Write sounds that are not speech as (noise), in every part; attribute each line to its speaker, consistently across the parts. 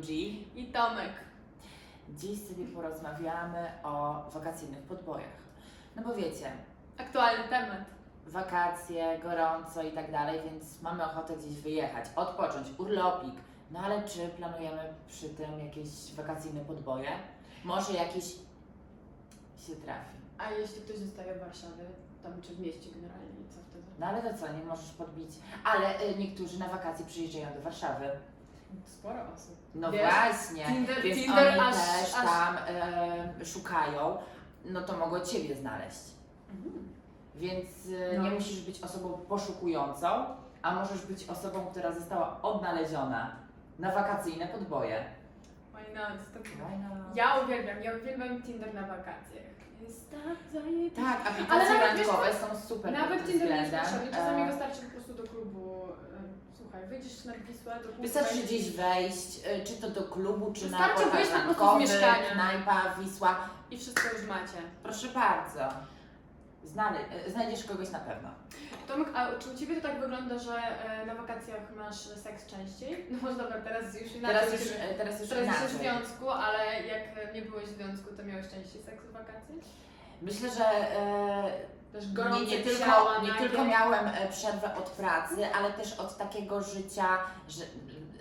Speaker 1: G.
Speaker 2: i Tomek.
Speaker 1: Dziś sobie porozmawiamy o wakacyjnych podbojach. No bo wiecie,
Speaker 2: Aktualny temat.
Speaker 1: wakacje, gorąco i tak dalej, więc mamy ochotę gdzieś wyjechać, odpocząć, urlopik. No ale czy planujemy przy tym jakieś wakacyjne podboje? Może jakiś się trafi.
Speaker 3: A jeśli ktoś zostaje w Warszawie, tam czy w mieście generalnie, co wtedy?
Speaker 1: No ale to co, nie możesz podbić. Ale y, niektórzy na wakacje przyjeżdżają do Warszawy.
Speaker 3: Sporo osób.
Speaker 1: No
Speaker 3: Wiesz,
Speaker 1: właśnie.
Speaker 2: Tinder,
Speaker 1: Więc
Speaker 2: Tinder
Speaker 1: oni
Speaker 2: aż,
Speaker 1: też
Speaker 2: aż
Speaker 1: tam y, szukają, no to mogą Ciebie znaleźć.
Speaker 3: Mhm.
Speaker 1: Więc y,
Speaker 2: No.
Speaker 1: nie musisz być osobą poszukującą, a możesz być osobą, która została odnaleziona na wakacyjne podboje.
Speaker 2: Why not? To...
Speaker 3: No.
Speaker 1: Fajna.
Speaker 2: Ja uwielbiam, ja uwielbiam Tinder na wakacjach. Jest tak zajebiste.
Speaker 1: Tak,
Speaker 2: Ale
Speaker 1: aplikacje
Speaker 2: nawet
Speaker 1: randkowe są super pod
Speaker 3: Nawet
Speaker 1: tym
Speaker 3: Tinder nie jest
Speaker 1: względem.
Speaker 3: potrzebny, czasami
Speaker 1: E,
Speaker 3: wystarczy po prostu do klubu. e, Słuchaj, wyjdziesz na Wisłę, do klubu.
Speaker 1: Wystarczy
Speaker 3: wejdziesz-
Speaker 1: gdzieś wejść, y, czy to do klubu, czy
Speaker 2: Wystarczy
Speaker 1: na
Speaker 2: wyjść po prostu z
Speaker 1: randkowy,
Speaker 2: mieszkania.
Speaker 1: knajpa, Wisła.
Speaker 2: I wszystko już macie.
Speaker 1: Proszę bardzo. Znale y, znajdziesz kogoś na pewno.
Speaker 3: Tomek, a czy u Ciebie to tak wygląda, że e, na wakacjach masz seks (laughs) częściej? No może dobra, teraz już inaczej.
Speaker 1: Teraz już,
Speaker 3: Teraz
Speaker 1: y, teraz już
Speaker 3: jesteś w
Speaker 1: inaczej.
Speaker 3: związku, ale jak nie byłeś w związku, to miałeś częściej seks w wakacje?
Speaker 1: Myślę, że y,
Speaker 3: Też
Speaker 1: Nie,
Speaker 3: gorące
Speaker 1: nie,
Speaker 3: ciała,
Speaker 1: tylko, nie
Speaker 3: nagie.
Speaker 1: tylko miałem e, przerwę od pracy, ale też od takiego życia że, m,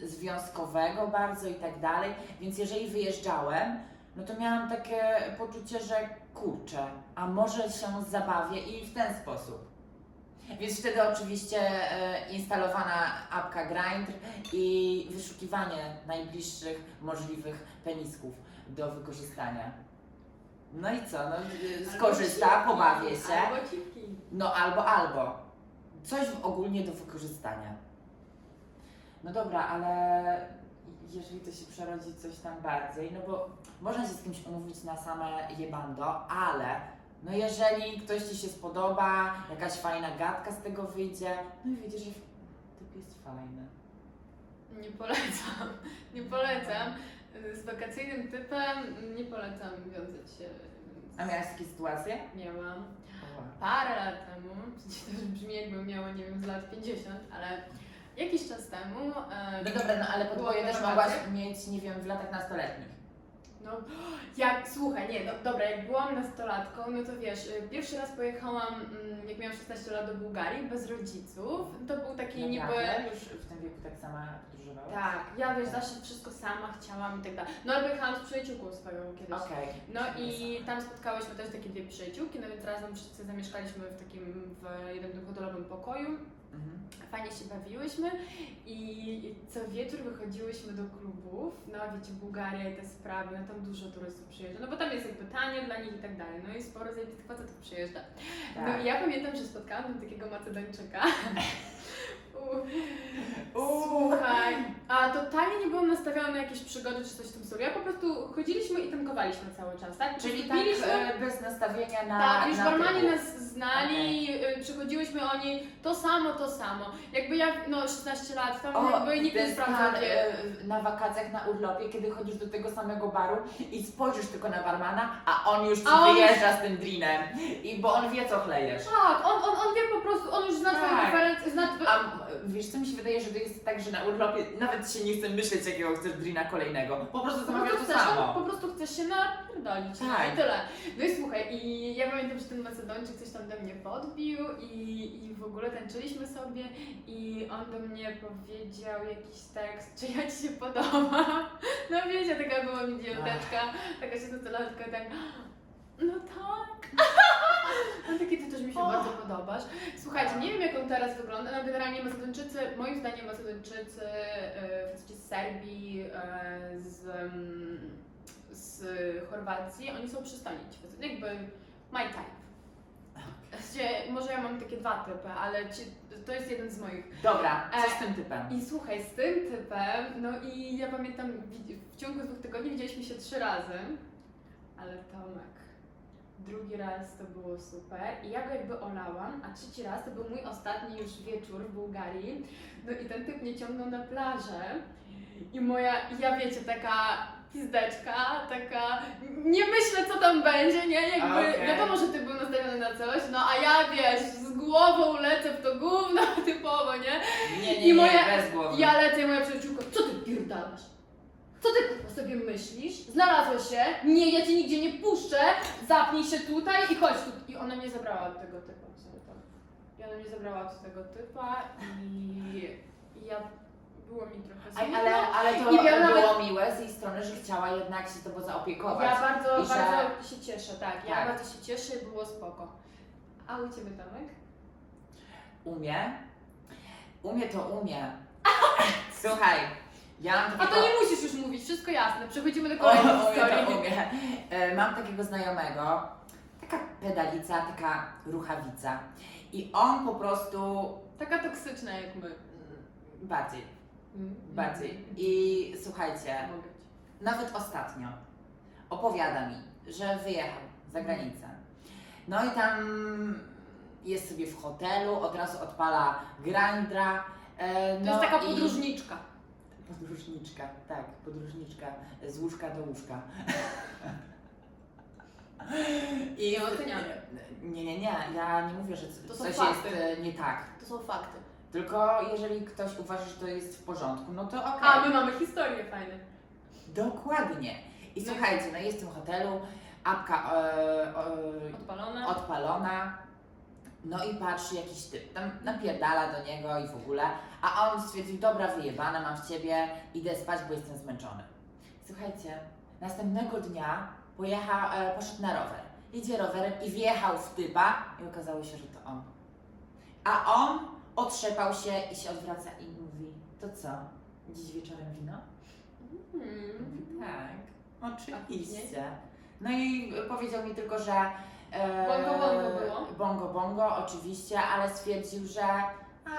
Speaker 1: związkowego bardzo i tak dalej. Więc jeżeli wyjeżdżałem, no to miałam takie poczucie, że kurczę, a może się zabawię i w ten sposób. Więc wtedy oczywiście e, instalowana apka Grindr i wyszukiwanie najbliższych możliwych penisków do wykorzystania. No i co? No, e,
Speaker 3: Albo
Speaker 1: skorzysta,
Speaker 3: cipki,
Speaker 1: pobawię się.
Speaker 3: Albo cipki.
Speaker 1: No albo, albo. Coś w- ogólnie do wykorzystania. No dobra, ale jeżeli to się przerodzi coś tam bardziej, no bo można się z kimś umówić na same jebando, ale no jeżeli ktoś Ci się spodoba, jakaś fajna gadka z tego wyjdzie, no i widzisz, że typ jest fajny.
Speaker 2: Nie polecam, (laughs) nie polecam. Z wakacyjnym typem nie polecam wiązać się.
Speaker 1: A miałaś takie sytuacje?
Speaker 2: Miałam Tak. parę lat temu, to już brzmi jakbym miała, nie wiem, z lat 50, ale jakiś czas temu. e,
Speaker 1: No dobra, no ale podboje
Speaker 2: Było
Speaker 1: też
Speaker 2: na
Speaker 1: mogłaś
Speaker 2: wakacje?
Speaker 1: mieć, nie wiem, w latach nastoletnich.
Speaker 2: No, jak, słuchaj, nie, no, dobra, jak byłam nastolatką, no to wiesz, y, pierwszy raz pojechałam, mm, jak miałam 16 lat do Bułgarii, bez rodziców, to był taki niby...
Speaker 1: Naprawdę? Już w tym wieku tak sama podróżowałaś?
Speaker 2: Tak, ja wiesz, zawsze wszystko sama chciałam i tak dalej. No ale pojechałam z przyjaciółką swoją kiedyś.
Speaker 1: Okej.
Speaker 2: No i tam spotkałyśmy też takie dwie przyjaciółki, no więc razem wszyscy zamieszkaliśmy w takim, w jednym tym hotelowym pokoju.
Speaker 1: Mhm.
Speaker 2: Fajnie się bawiłyśmy i co wieczór wychodziłyśmy do klubów, no wiecie, Bułgaria i te sprawy, no tam dużo turystów przyjeżdża, no bo tam jest jakby tanie dla nich i tak dalej, no i sporo zajebistych facetów przyjeżdża.
Speaker 1: Tak.
Speaker 2: No i ja pamiętam, że spotkałam tam takiego
Speaker 1: (laughs)
Speaker 2: Macedończyka. U- Słuchaj, a totalnie nie byłam nastawiona na jakieś przygody czy coś w tym stylu. Ja po prostu chodziliśmy i tankowaliśmy cały czas, tak?
Speaker 1: Czyli tak
Speaker 2: Piliśmy-
Speaker 1: e, bez nastawienia na.
Speaker 2: tak, już
Speaker 1: na
Speaker 2: barmani
Speaker 1: typu.
Speaker 2: nas znali, y, przychodziłyśmy oni, to samo, to samo. Jakby ja, no 16 lat, tam
Speaker 1: O,
Speaker 2: jakby nikt nie
Speaker 1: ten stan,
Speaker 2: sprawdzał. gdzie-
Speaker 1: e, na wakacjach, na urlopie, kiedy chodzisz do tego samego baru i spojrzysz tylko na barmana, a on już ci
Speaker 2: A on-
Speaker 1: wyjeżdża z tym drinem, i bo on wie co chlejesz.
Speaker 2: Tak, on, on, on wie po prostu, on już zna
Speaker 1: Tak.
Speaker 2: twoją referencję, zna twoje...
Speaker 1: A m, wiesz co mi się wydaje, że to jest tak, że na urlopie nawet się nie chce myśleć jakiego chcesz drina kolejnego, po prostu
Speaker 2: No Po
Speaker 1: zamawiasz
Speaker 2: prostu,
Speaker 1: to
Speaker 2: chcesz,
Speaker 1: samo.
Speaker 2: po prostu chcesz się napierdolić
Speaker 1: Tak.
Speaker 2: i tyle. No i słuchaj, i ja pamiętam, że ten Macedończyk coś tam do mnie podbił i, i w ogóle tańczyliśmy sobie i on do mnie powiedział jakiś tekst, czy ja ci się podoba. (laughs) No wiecie, taka była idioteczka, taka siedzącolatka, tak no tak.
Speaker 1: (laughs)
Speaker 2: On taki, ty też mi się
Speaker 1: O.
Speaker 2: bardzo podobasz. Słuchajcie, nie wiem jak on teraz wygląda, no generalnie Macedończycy, moim zdaniem Macedończycy, e, faceci z Serbii, e, z, em, z Chorwacji, oni są przystojni ci faceci, jakby my type. Gdzie, może ja mam takie dwa typy, ale ci, to jest jeden z moich.
Speaker 1: Dobra, co
Speaker 2: E,
Speaker 1: z tym typem?
Speaker 2: I słuchaj, z tym typem, no i ja pamiętam, wi- w ciągu dwóch tygodni widzieliśmy się trzy razy, ale Tomek, drugi raz to było super i ja go jakby olałam, a trzeci raz to był mój ostatni już wieczór w Bułgarii, no i ten typ mnie ciągnął na plażę i moja, ja wiecie, taka pizdeczka, taka, nie myślę co tam będzie, nie, jakby,
Speaker 1: Okej.
Speaker 2: wiadomo, że ty był nastawiony na coś, no a ja wiesz, z głową lecę w to gówno (laughs) typowo, nie,
Speaker 1: Nie, nie,
Speaker 2: i
Speaker 1: nie,
Speaker 2: moje-
Speaker 1: bez głowy.
Speaker 2: ja lecę, moja przyjaciółka, co ty pierdalasz?
Speaker 4: Co ty kurwa, sobie myślisz? Znalazłeś się? Nie, ja cię nigdzie nie puszczę. Zapnij się tutaj i chodź tu.
Speaker 2: I ona mnie zabrała od tego typa w sumie tak. I ona mnie zabrała od tego typa i, i ja było mi trochę
Speaker 1: Aj,
Speaker 2: smutno.
Speaker 1: ale, ale to
Speaker 2: I
Speaker 1: było
Speaker 2: wiem nawet-
Speaker 1: miłe z jej strony, że chciała jednak się tobą zaopiekować.
Speaker 2: Ja bardzo,
Speaker 1: I że-
Speaker 2: bardzo się cieszę, tak. Ja
Speaker 1: Tak.
Speaker 2: bardzo się cieszę i było spoko. A u ciebie Tomek?
Speaker 1: Umie? Umie to umie. (laughs) Słuchaj, ja mam
Speaker 4: A
Speaker 1: takiego...
Speaker 4: to nie musisz już mówić, wszystko jasne. Przechodzimy do
Speaker 1: O,
Speaker 4: kolejnej
Speaker 1: umie
Speaker 4: historii.
Speaker 1: to umie. E, Mam takiego znajomego, taka pedalica, taka ruchawica. I on po prostu
Speaker 2: Taka toksyczna jak my.
Speaker 1: mm, bardziej,
Speaker 2: Mm.
Speaker 1: bardziej. I słuchajcie,
Speaker 2: Mogę ci.
Speaker 1: nawet ostatnio opowiada mi, że wyjechał za granicę. No i tam jest sobie w hotelu, od razu odpala grindra. e,
Speaker 4: To
Speaker 1: no
Speaker 4: jest taka
Speaker 1: i-
Speaker 4: podróżniczka.
Speaker 1: Podróżniczka, tak, podróżniczka z łóżka do łóżka. I
Speaker 2: Nie oceniamy.
Speaker 1: Nie, nie, nie, ja nie mówię, że c-
Speaker 4: To są
Speaker 1: coś jest
Speaker 4: fakty.
Speaker 1: e, nie tak.
Speaker 4: To są fakty.
Speaker 1: Tylko jeżeli ktoś uważa, że to jest w porządku, no to okej.
Speaker 2: A, my mamy historię fajne.
Speaker 1: Dokładnie. I
Speaker 2: No i-
Speaker 1: słuchajcie, no jest w tym hotelu, apka e, e,
Speaker 2: Odpalone.
Speaker 1: odpalona. No i patrzy jakiś typ, tam napierdala do niego i w ogóle, a on stwierdził, dobra wyjebana, mam w ciebie, idę spać, bo jestem zmęczony. Słuchajcie, następnego dnia pojecha, e, poszedł na rower, idzie rowerem i wjechał w typa i okazało się, że to on. A on otrzepał się i się odwraca i mówi, to co, dziś wieczorem wino?
Speaker 2: Mm.
Speaker 1: Tak, oczywiście. No i powiedział mi tylko, że. e,
Speaker 2: Bongo, bongo było?
Speaker 1: Bongo, bongo, oczywiście, ale stwierdził, że.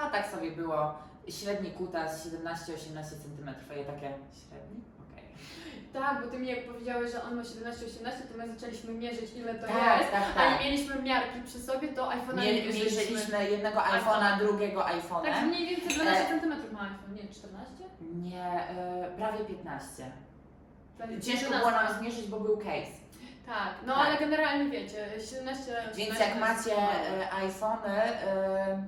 Speaker 1: A tak sobie było. Średni kutas 17-18 cm. A ja takie. Średni? Okej.
Speaker 2: Tak, bo ty mi jak powiedziałeś, że on ma 17-18, to my zaczęliśmy mierzyć ile to jest.
Speaker 1: Tak, tak,
Speaker 2: A nie
Speaker 1: tak.
Speaker 2: mieliśmy miarki przy sobie, to iPhone'a nie,
Speaker 1: Mieli-
Speaker 2: mierzyliśmy.
Speaker 1: Mierzyliśmy E- jednego iPhone'a, drugiego
Speaker 2: Tak,
Speaker 1: iPhone'a.
Speaker 2: mniej więcej 12 cm ma iPhone, nie 14?
Speaker 1: Nie, e, prawie 15.
Speaker 2: Prawie
Speaker 1: Ciężko
Speaker 2: 14.
Speaker 1: było nam zmierzyć, bo był case.
Speaker 2: Tak, no
Speaker 1: Tak.
Speaker 2: ale generalnie wiecie, 17
Speaker 1: Więc
Speaker 2: 18
Speaker 1: jak macie
Speaker 2: to
Speaker 1: e, iPhony e,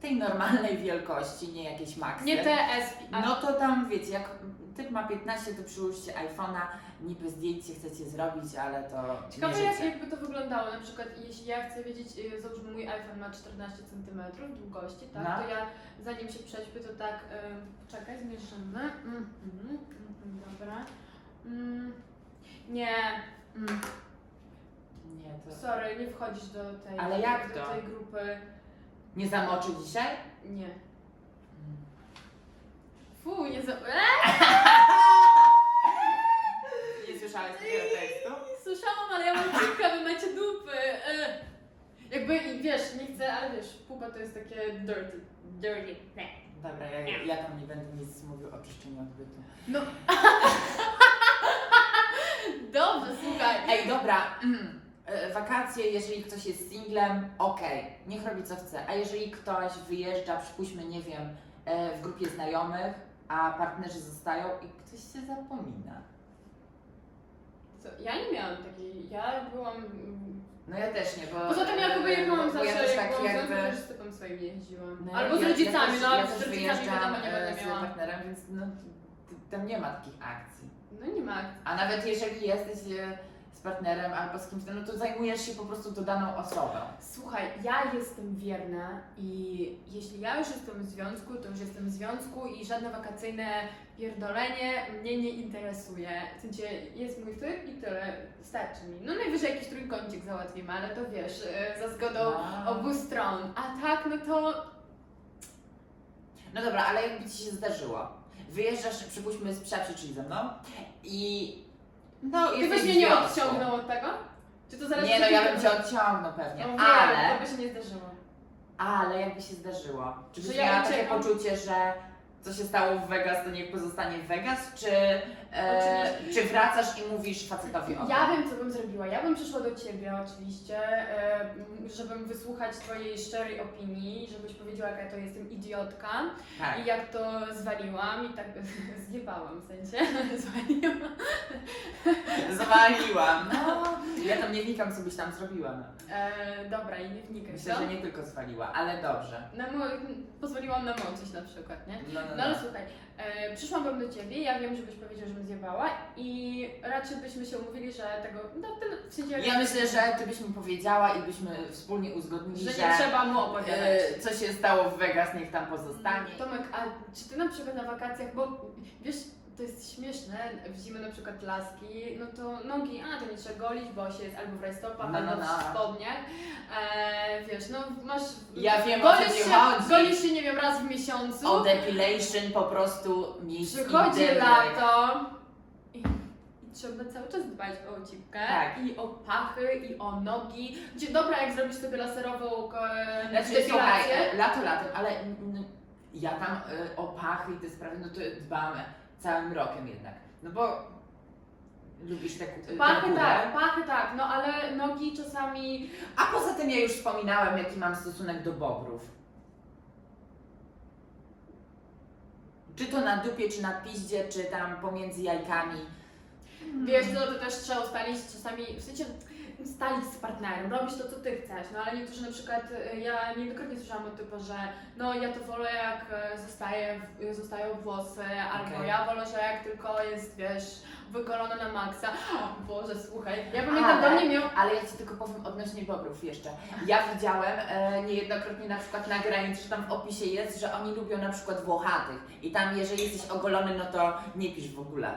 Speaker 1: tej normalnej wielkości, nie jakieś maxy,
Speaker 2: Nie TS, a
Speaker 1: no to tam wiecie, jak typ ma 15, to przyłóżcie iPhone'a, niby zdjęcie chcecie zrobić, ale to
Speaker 2: Ciekawe
Speaker 1: nie
Speaker 2: jak,
Speaker 1: życie.
Speaker 2: jakby to wyglądało, na przykład jeśli ja chcę wiedzieć, y, załóżmy mój iPhone ma 14 cm długości, tak,
Speaker 1: No.
Speaker 2: to ja zanim się prześpię, to tak, y, czekaj, zmierzymy, mm, mm, mm, dobra, mm, nie, mm,
Speaker 1: Nie, to...
Speaker 2: sorry, nie wchodzisz do tej,
Speaker 1: Ale jak
Speaker 2: do
Speaker 1: to?
Speaker 2: tej grupy,
Speaker 1: Nie zamoczy dzisiaj?
Speaker 2: nie, fu, nie za... Eee!
Speaker 1: Nie słyszałeś takiego tekstu?
Speaker 2: Słyszałam, ale ja mam piłkę, wy macie dupy. E. Jakby i wiesz, nie chcę, ale wiesz, pupa to jest takie dirty. Dirty. Ne.
Speaker 1: Dobra, ja, ja tam nie będę nic mówił o czyszczeniu odbytu.
Speaker 2: Dobrze, słuchaj.
Speaker 1: Ej, dobra, mm, e, wakacje, jeżeli ktoś jest singlem, okej, niech robi co chce, a jeżeli ktoś wyjeżdża, przypuśćmy, nie wiem, e, w grupie znajomych, a partnerzy zostają i ktoś się zapomina.
Speaker 2: Co, ja nie miałam takiej, ja byłam... mm,
Speaker 1: No ja też nie, bo... e,
Speaker 2: Poza tym ja chyba jechałam
Speaker 1: bo
Speaker 2: zawsze,
Speaker 1: ja też
Speaker 2: jak
Speaker 1: tak
Speaker 2: byłam
Speaker 1: jakby...
Speaker 2: jakby... to też z typem swoim jeździłam.
Speaker 1: No,
Speaker 2: Albo z
Speaker 1: ja-
Speaker 2: rodzicami,
Speaker 1: ja
Speaker 2: no
Speaker 1: też,
Speaker 2: ale z
Speaker 1: ja też
Speaker 2: rodzicami wiadomo nie
Speaker 1: wyjeżdżam, e,
Speaker 2: będę
Speaker 1: z
Speaker 2: miała.
Speaker 1: partnerem, więc no, t- tam nie ma takich akcji.
Speaker 2: No nie ma.
Speaker 1: A nawet jeżeli jesteś e, z partnerem albo z kimś, no to zajmujesz się po prostu tą daną osobą.
Speaker 2: Słuchaj, ja jestem wierna i jeśli ja już jestem w związku, to już jestem w związku i żadne wakacyjne pierdolenie mnie nie interesuje. W sensie jest mój typ i tyle, starczy mi. No najwyżej jakiś trójkącik załatwimy, ale to wiesz, e, za zgodą
Speaker 1: A.
Speaker 2: obu stron. A tak, no to
Speaker 1: No dobra, ale jakby ci się zdarzyło. Wyjeżdżasz, przypuśćmy, z psiaczy, czyli ze mną i... No,
Speaker 2: ty
Speaker 1: jesteś
Speaker 2: byś
Speaker 1: w
Speaker 2: mnie nie
Speaker 1: związku.
Speaker 2: odciągnął od tego? Czy to zależy
Speaker 1: Nie, no ja
Speaker 2: od
Speaker 1: bym
Speaker 2: tego?
Speaker 1: cię odciągnął pewnie,
Speaker 2: No wiem,
Speaker 1: ale...
Speaker 2: To by się nie zdarzyło.
Speaker 1: Ale jakby się zdarzyło. Czy byś
Speaker 2: Że ja
Speaker 1: miała takie
Speaker 2: uciekam?
Speaker 1: poczucie, że co się stało w Vegas, to niech pozostanie w Vegas? Czy, e, czy wracasz i mówisz facetowi o tym?
Speaker 2: Ja wiem, co bym zrobiła. Ja bym przyszła do ciebie oczywiście, e, m, żebym wysłuchać twojej szczerej opinii, żebyś powiedziała, jaka to jestem idiotka
Speaker 1: Tak.
Speaker 2: i jak to zwaliłam i tak (laughs) zjebałam w sensie. (laughs) zwaliłam.
Speaker 1: Zwaliłam. No. Ja tam nie wnikam, co byś tam zrobiła. No.
Speaker 2: E, dobra, i nie wnikaj w
Speaker 1: Myślę,
Speaker 2: to.
Speaker 1: że nie tylko zwaliła, ale dobrze.
Speaker 2: Na mo- pozwoliłam na mączyć na przykład, nie?
Speaker 1: No, no, no.
Speaker 2: No ale słuchaj, e, przyszłabym do ciebie, ja wiem, żebyś powiedział, żebym zjebała i raczej byśmy się umówili, że tego, no tyle, w sensie,
Speaker 1: Ja myślę, że ty byś mi powiedziała i byśmy wspólnie uzgodnili,
Speaker 2: że
Speaker 1: że,
Speaker 2: nie trzeba mu opowiadać. Mm,
Speaker 1: e, co się stało w Vegas, niech tam pozostanie.
Speaker 2: Tomek, a czy ty na przykład na wakacjach, bo wiesz, to jest śmieszne, w zimy na przykład laski, no to nogi, a to nie trzeba golić, bo się jest albo w rajstopach,
Speaker 1: No,
Speaker 2: albo
Speaker 1: no, no.
Speaker 2: w spodniach, e, wiesz, no masz...
Speaker 1: Ja wiem, o co
Speaker 2: golisz
Speaker 1: ci
Speaker 2: się,
Speaker 1: chodzi.
Speaker 2: golisz się, nie wiem, raz w miesiącu,
Speaker 1: O depilation po prostu miejsc
Speaker 2: przychodzi
Speaker 1: intymnych.
Speaker 2: lato i trzeba cały czas dbać o cipkę
Speaker 1: Tak.
Speaker 2: i o pachy i o nogi. Gdzie dobra, jak zrobić sobie laserową e,
Speaker 1: Znaczy,
Speaker 2: depilację.
Speaker 1: słuchaj, e, lato latem, ale mm, ja tam y, o pachy i te sprawy, no to dbamy całym rokiem jednak. No bo lubisz te ku- tę
Speaker 2: Pachy
Speaker 1: kurę.
Speaker 2: tak, pachy tak, no ale nogi czasami.
Speaker 1: A poza tym ja już wspominałem, jaki mam stosunek do bobrów. Czy to na dupie, czy na piździe, czy tam pomiędzy jajkami.
Speaker 2: Wiesz, no to też trzeba ustalić czasami, w sensie ustalić z partnerem, robić to, co ty chcesz, no ale niektórzy na przykład, y, ja niejednokrotnie słyszałam od typu, że no ja to wolę jak e, zostaje, w- zostają włosy, albo
Speaker 1: Okej.
Speaker 2: ja wolę, że jak tylko jest, wiesz, wygolona na maksa. Boże, słuchaj, ja pamiętam, do mnie miał
Speaker 1: (laughs) Ale ja Ci tylko powiem odnośnie bobrów jeszcze. Ja widziałem e, niejednokrotnie na przykład na granicy, że tam w opisie jest, że oni lubią na przykład włochatych. I tam jeżeli jesteś ogolony, no to nie pisz w ogóle.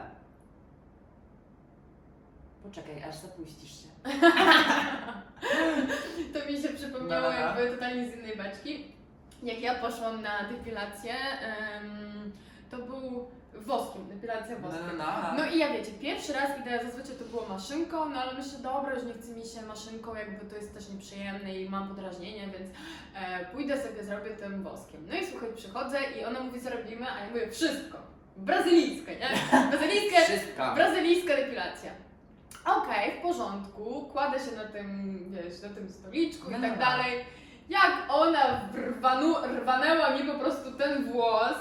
Speaker 1: Poczekaj, aż zapuścisz się.
Speaker 2: To mi się przypomniało
Speaker 1: No, no, no.
Speaker 2: jakby totalnie z innej beczki. Jak ja poszłam na depilację, em, to był woskiem, depilacja woskiem.
Speaker 1: Tak.
Speaker 2: No i ja wiecie, pierwszy raz idę, zazwyczaj to było maszynką, no ale myślę, dobra, już nie chce mi się maszynką, jakby to jest też nieprzyjemne i mam podrażnienie, więc e, pójdę sobie, zrobię tym woskiem. No i słuchaj, przychodzę i ona mówi, co robimy, a ja mówię, wszystko. Brazylijskie, nie? Brazylijskie,
Speaker 1: Wszystko.
Speaker 2: Brazylijska depilacja. Okej, w porządku, kładę się na tym, wiesz, na tym stoliczku i
Speaker 1: No.
Speaker 2: tak dalej. Jak ona rwanu, rwanęła mi po prostu ten włos,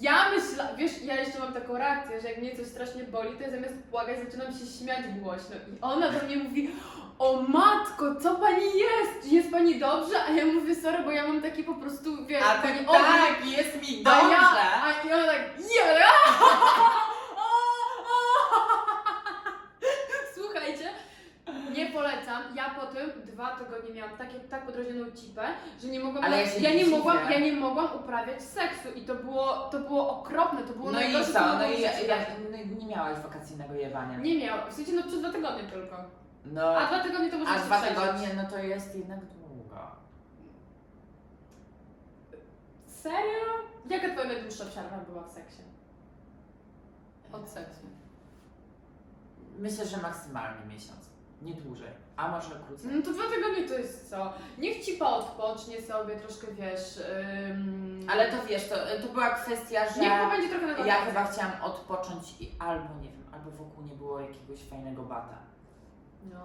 Speaker 2: ja myślę, wiesz, ja jeszcze mam taką reakcję, że jak mnie coś strasznie boli, to ja zamiast płakać zaczynam się śmiać głośno. I ona do mnie mówi, o matko, co pani jest? Czy Jest pani dobrze? A ja mówię, sorry, bo ja mam taki po prostu, wiesz,
Speaker 1: A
Speaker 2: pani
Speaker 1: ty
Speaker 2: obryk.
Speaker 1: tak, jest mi
Speaker 2: A
Speaker 1: dobrze.
Speaker 2: ja, a ja tak, ja, ja. (laughs) Słuchajcie, nie polecam. Ja po tym dwa tygodnie miałam takie, tak podrażnioną cipę, że nie mogłam,
Speaker 1: Ale ja się
Speaker 2: nie
Speaker 1: dziwię.
Speaker 2: mogłam, ja nie mogłam uprawiać seksu i to było, to było okropne, to było
Speaker 1: No i
Speaker 2: najgorsze,
Speaker 1: co?
Speaker 2: mogło
Speaker 1: No
Speaker 2: mi
Speaker 1: i
Speaker 2: się
Speaker 1: ja, ja,
Speaker 2: przydarzyć.
Speaker 1: no, nie miałaś wakacyjnego jewania.
Speaker 2: tak- Nie miał, w sensie no przez dwa tygodnie tylko.
Speaker 1: No,
Speaker 2: A dwa tygodnie to może
Speaker 1: a
Speaker 2: się
Speaker 1: dwa
Speaker 2: przejrzeć.
Speaker 1: tygodnie, no to jest jednak długo.
Speaker 2: Serio? Jaka twoja najdłuższa przerwa była w seksie? Od seksu.
Speaker 1: Myślę, że maksymalnie miesiąc. Nie dłużej, a może krócej.
Speaker 2: No to dwa tygodnie to jest co? Niech ci odpocznie sobie troszkę, wiesz. Ym...
Speaker 1: Ale to wiesz, to, to była kwestia, że
Speaker 2: Niech to będzie trochę na
Speaker 1: ja
Speaker 2: wakacjach.
Speaker 1: chyba chciałam odpocząć i albo nie wiem, albo wokół nie było jakiegoś fajnego bata.
Speaker 2: No,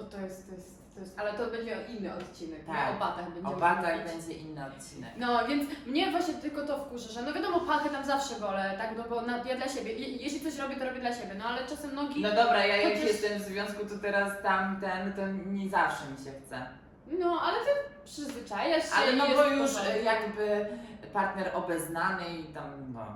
Speaker 2: o, to, jest, to, jest, to jest. Ale to będzie inny odcinek.
Speaker 1: Tak.
Speaker 2: Nie? O batach będziemy
Speaker 1: O batach
Speaker 2: mówić.
Speaker 1: będzie inny odcinek.
Speaker 2: No, więc mnie właśnie tylko to wkurza, że no wiadomo, pachy tam zawsze wolę, tak, no bo na, ja dla siebie, je, jeśli coś robię, to robię dla siebie, no ale czasem nogi,
Speaker 1: No dobra, ja jak
Speaker 2: Chociaż-
Speaker 1: jestem w związku, to teraz tamten, to nie zawsze mi się chce.
Speaker 2: no ale ty przyzwyczajasz się
Speaker 1: Ale
Speaker 2: i
Speaker 1: no
Speaker 2: jest
Speaker 1: bo
Speaker 2: w
Speaker 1: już
Speaker 2: porządku.
Speaker 1: e, jakby partner obeznany i tam, no,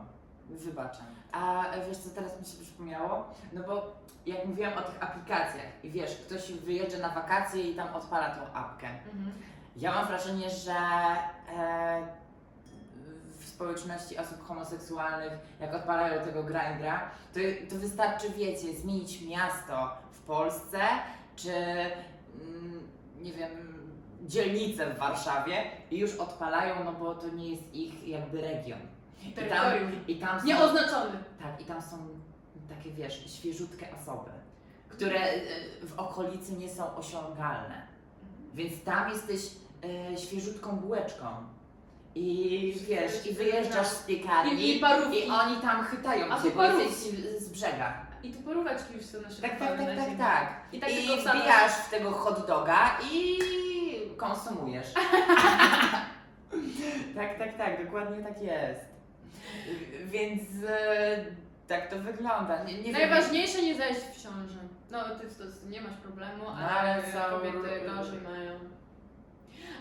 Speaker 1: wybaczam. A e, wiesz co teraz mi się przypomniało? No bo jak mówiłam o tych aplikacjach i wiesz, ktoś wyjeżdża na wakacje i tam odpala tą apkę.
Speaker 2: Mhm.
Speaker 1: Ja mam wrażenie, że e, w społeczności osób homoseksualnych, jak odpalają tego grindra, to, to wystarczy, wiecie, zmienić miasto w Polsce, czy mm, nie wiem, dzielnicę w Warszawie i już odpalają, no bo to nie jest ich jakby region. I tam,
Speaker 2: Terytorium.
Speaker 1: i tam są,
Speaker 2: Nieoznaczony.
Speaker 1: tak, i tam są takie, wiesz, świeżutkie osoby, które e, w okolicy nie są osiągalne.
Speaker 2: Mhm.
Speaker 1: Więc tam jesteś e, świeżutką bułeczką. I wiesz, i wyjeżdżasz z piekarni
Speaker 2: I- i parówki.
Speaker 1: i oni tam chytają
Speaker 2: A
Speaker 1: cię, bo
Speaker 2: tu parówki.
Speaker 1: jesteś z brzega.
Speaker 2: I tu poróweczki już są nasze
Speaker 1: Tak, tak,
Speaker 2: wypalone
Speaker 1: tak,
Speaker 2: na
Speaker 1: tak,
Speaker 2: ziemi.
Speaker 1: tak.
Speaker 2: I tak
Speaker 1: I
Speaker 2: tylko wsadzasz.
Speaker 1: wbijasz w tego hot doga i konsumujesz.
Speaker 2: (laughs)
Speaker 1: tak, tak, tak, dokładnie tak jest. Więc e, tak to wygląda. Nie, nie wiem-
Speaker 2: Najważniejsze nie zajść w ciąży. No ty to nie masz problemu,
Speaker 1: No,
Speaker 2: ale,
Speaker 1: ale są-
Speaker 2: kobiety gorzej mają.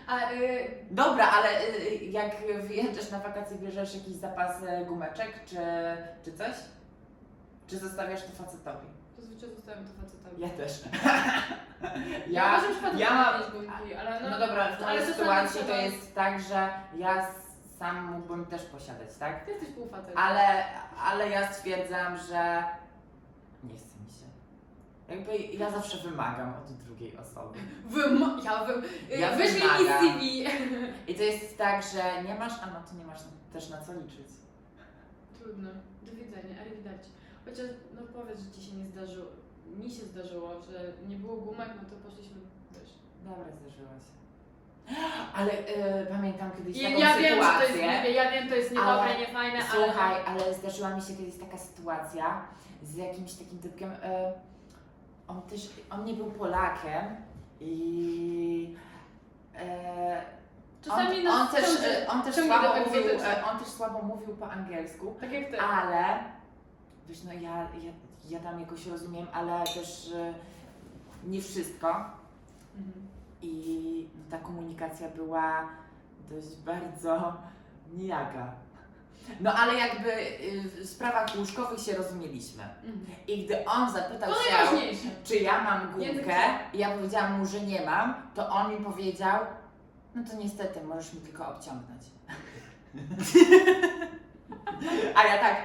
Speaker 2: A y,
Speaker 1: Dobra, ale y, jak wyjeżdżasz na wakacje, bierzesz jakiś zapas y, gumeczek czy, czy coś? Czy zostawiasz to facetowi?
Speaker 2: zazwyczaj zostawiam to facetowi.
Speaker 1: Ja też. (laughs)
Speaker 2: ja
Speaker 1: ja,
Speaker 2: uważam, że facet
Speaker 1: ja
Speaker 2: ma
Speaker 1: mam
Speaker 2: robić gumki, ale no,
Speaker 1: No dobra, w
Speaker 2: ale
Speaker 1: mojej
Speaker 2: to
Speaker 1: sytuacji
Speaker 2: samo
Speaker 1: to
Speaker 2: trzeba-
Speaker 1: jest tak, że ja s- sam mógłbym też posiadać, tak?
Speaker 2: Ty jesteś pół facet.
Speaker 1: Ale, ale ja stwierdzam, że nie chce mi się. Jakby ja zawsze wymagam od drugiej osoby.
Speaker 2: Wyma- ja wy-
Speaker 1: Ja
Speaker 2: y, wyślij mi
Speaker 1: wymagam.
Speaker 2: CV.
Speaker 1: I to jest tak, że nie masz, a no to nie masz też na co liczyć.
Speaker 2: (laughs) Trudno. Do widzenia, ale widać. Chociaż, no powiedz, że ci się nie zdarzyło. Mi się zdarzyło, że nie było gumek, no to poszliśmy też.
Speaker 1: Dobra, zdarzyło się. Ale y, pamiętam kiedyś
Speaker 2: I
Speaker 1: taką
Speaker 2: ja
Speaker 1: sytuację.
Speaker 2: wiem, że to jest, ja wiem, to jest niedobre,
Speaker 1: ale-
Speaker 2: niefajne, ale...
Speaker 1: Słuchaj, ale zdarzyła mi się kiedyś taka sytuacja z jakimś takim typkiem. e, On też, on nie był Polakiem i. e,
Speaker 2: Czasami
Speaker 1: on,
Speaker 2: nas
Speaker 1: on też,
Speaker 2: ciągle-
Speaker 1: e, on, też
Speaker 2: ciągle
Speaker 1: słabo
Speaker 2: tak
Speaker 1: mówił,
Speaker 2: egzotyczne.
Speaker 1: e, on też słabo mówił po angielsku,
Speaker 2: Tak jak ty.
Speaker 1: ale wiesz, no ja, ja, ja tam jakoś rozumiem, ale też e, nie wszystko.
Speaker 2: Mhm.
Speaker 1: I ta komunikacja była dość bardzo nijaka. No ale jakby y, w sprawach łóżkowych się rozumieliśmy.
Speaker 2: Mhm.
Speaker 1: I gdy on zapytał
Speaker 2: To
Speaker 1: się,
Speaker 2: najważniejsze.
Speaker 1: czy ja mam
Speaker 2: Język
Speaker 1: gumkę, i ja powiedziałam mu, że nie mam, to on mi powiedział, no to niestety, możesz mi tylko obciągnąć. (laughs) A ja tak,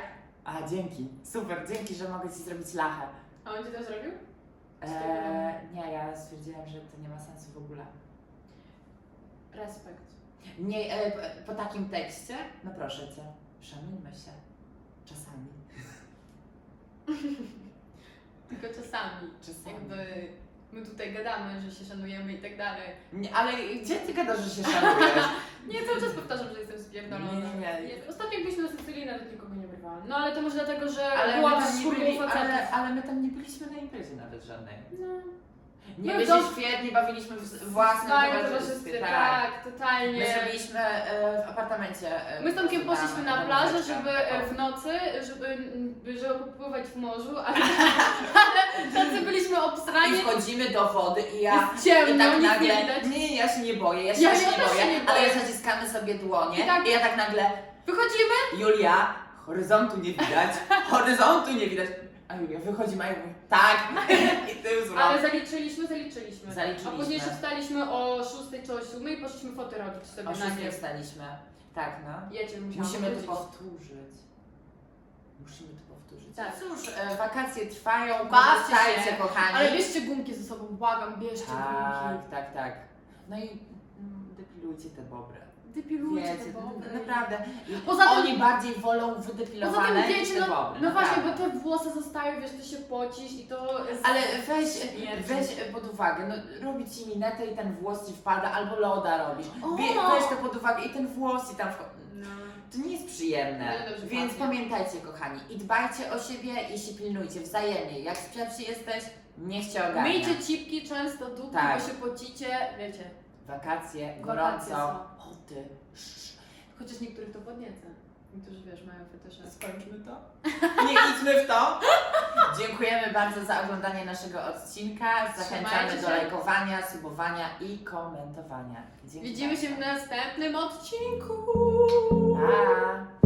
Speaker 1: a dzięki, super, dzięki, że mogę Ci zrobić lachę.
Speaker 2: A on ci to zrobił?
Speaker 1: Eee, nie, ja stwierdziłam, że to nie ma sensu w ogóle.
Speaker 2: Respekt.
Speaker 1: Nie, e, p- po takim tekście? No proszę cię, szanujmy się. Czasami.
Speaker 2: Tylko czasami.
Speaker 1: Czasami.
Speaker 2: Jakby my tutaj gadamy, że się szanujemy i tak dalej.
Speaker 1: Nie, ale gdzie ty gadasz, że się szanujesz?
Speaker 2: (laughs) Nie, cały czas no, powtarzam, że jestem spierdolona.
Speaker 1: Nie, nie.
Speaker 2: Nie, Ostatnio jak byliśmy na Sycylii, nawet nikogo nie obrywałam. No ale to może dlatego, że
Speaker 1: Tak, Ale my,
Speaker 2: była
Speaker 1: tam
Speaker 2: w
Speaker 1: nie
Speaker 2: skórku
Speaker 1: byli,
Speaker 2: facetów.
Speaker 1: ale, ale my tam nie byliśmy na imprezie nawet żadnej.
Speaker 2: No.
Speaker 1: Nie
Speaker 2: No
Speaker 1: no,
Speaker 2: to-
Speaker 1: świetnie, bawiliśmy w z- własnym
Speaker 2: Tak,
Speaker 1: towarzystwie. Tak.
Speaker 2: tak,
Speaker 1: My
Speaker 2: totalnie.
Speaker 1: zrobiliśmy e, w apartamencie. E,
Speaker 2: My z Tomkiem
Speaker 1: tam
Speaker 2: poszliśmy na
Speaker 1: taką
Speaker 2: plażę,
Speaker 1: rzeczkę.
Speaker 2: żeby e, w nocy, żeby, m, żeby popływać w morzu,
Speaker 1: (laughs)
Speaker 2: ale, (laughs) ale tacy byliśmy
Speaker 1: I
Speaker 2: obstrani.
Speaker 1: wchodzimy do wody i ja...
Speaker 2: Jest ciemno,
Speaker 1: I tak
Speaker 2: no, nic
Speaker 1: nagle,
Speaker 2: nie widać.
Speaker 1: nie, ja się nie boję, ja się,
Speaker 2: Ja
Speaker 1: też
Speaker 2: się
Speaker 1: nie,
Speaker 2: też się
Speaker 1: boję,
Speaker 2: nie boję.
Speaker 1: ale ja zaciskamy sobie dłonie
Speaker 2: I tak-
Speaker 1: i ja tak nagle,
Speaker 2: Wychodzimy,
Speaker 1: Julia, horyzontu nie widać, horyzontu nie widać. A Julia wychodzi, Maja mówi,
Speaker 2: (laughs)
Speaker 1: tak, i ty już
Speaker 2: ale zaliczyliśmy, zaliczyliśmy.
Speaker 1: No. Zaliczyliśmy.
Speaker 2: A później się wstaliśmy o 6 czy o 7 i poszliśmy foty robić sobie
Speaker 1: O
Speaker 2: na
Speaker 1: szóstej
Speaker 2: nie.
Speaker 1: wstaliśmy. Tak, no.
Speaker 2: Ja cię musiałam
Speaker 1: Musimy to
Speaker 2: wrócić.
Speaker 1: powtórzyć. Musimy to powtórzyć.
Speaker 2: Tak.
Speaker 1: Cóż, e, wakacje trwają,
Speaker 5: Bawcie
Speaker 1: korzystajcie,
Speaker 5: się.
Speaker 1: kochani.
Speaker 5: Ale bierzcie gumki ze sobą, błagam, bierzcie gumki.
Speaker 1: Tak, tak, tak. No i mm, depilujcie te bobry.
Speaker 5: Depilujcie
Speaker 1: Wiecie, tak
Speaker 5: te bobry.
Speaker 1: Naprawdę.
Speaker 5: Poza tym-
Speaker 1: Oni bardziej wolą wydepilowane
Speaker 5: poza tym wiecie,
Speaker 1: niż te bobry.
Speaker 5: No właśnie,
Speaker 1: naprawdę.
Speaker 5: bo te włosy zostają, wiesz, ty się pocisz i to...
Speaker 1: Ale weź,
Speaker 2: Śmierdzi.
Speaker 1: weź pod uwagę, no, robi ci minetę i ten włos ci wpada, albo loda robisz.
Speaker 5: O!
Speaker 1: Wie, weź to pod uwagę i ten włos ci tam wcho-
Speaker 2: No.
Speaker 1: To nie jest przyjemne.
Speaker 2: No, dobrze,
Speaker 1: Więc
Speaker 2: pachnie.
Speaker 1: pamiętajcie, kochani, i dbajcie o siebie i się pilnujcie wzajemnie. Jak z pierwszy jesteś, nie się ogarnia.
Speaker 2: Myjcie cipki często, dupki,
Speaker 1: Tak.
Speaker 2: bo się pocicie, wiecie.
Speaker 1: Wakacje,
Speaker 2: Wakacje
Speaker 1: gorąco, chody.
Speaker 2: Chociaż niektórych to podnieca. Niektórzy, wiesz, mają fetysze.
Speaker 1: Skończmy to. (laughs) Nie idźmy w to. Dziękujemy bardzo za oglądanie naszego odcinka. Zachęcamy
Speaker 2: Trzymajcie
Speaker 1: do
Speaker 2: się.
Speaker 1: lajkowania, subowania i komentowania. Dzięki
Speaker 2: Widzimy się w
Speaker 1: bardzo.
Speaker 2: następnym odcinku.
Speaker 1: Pa!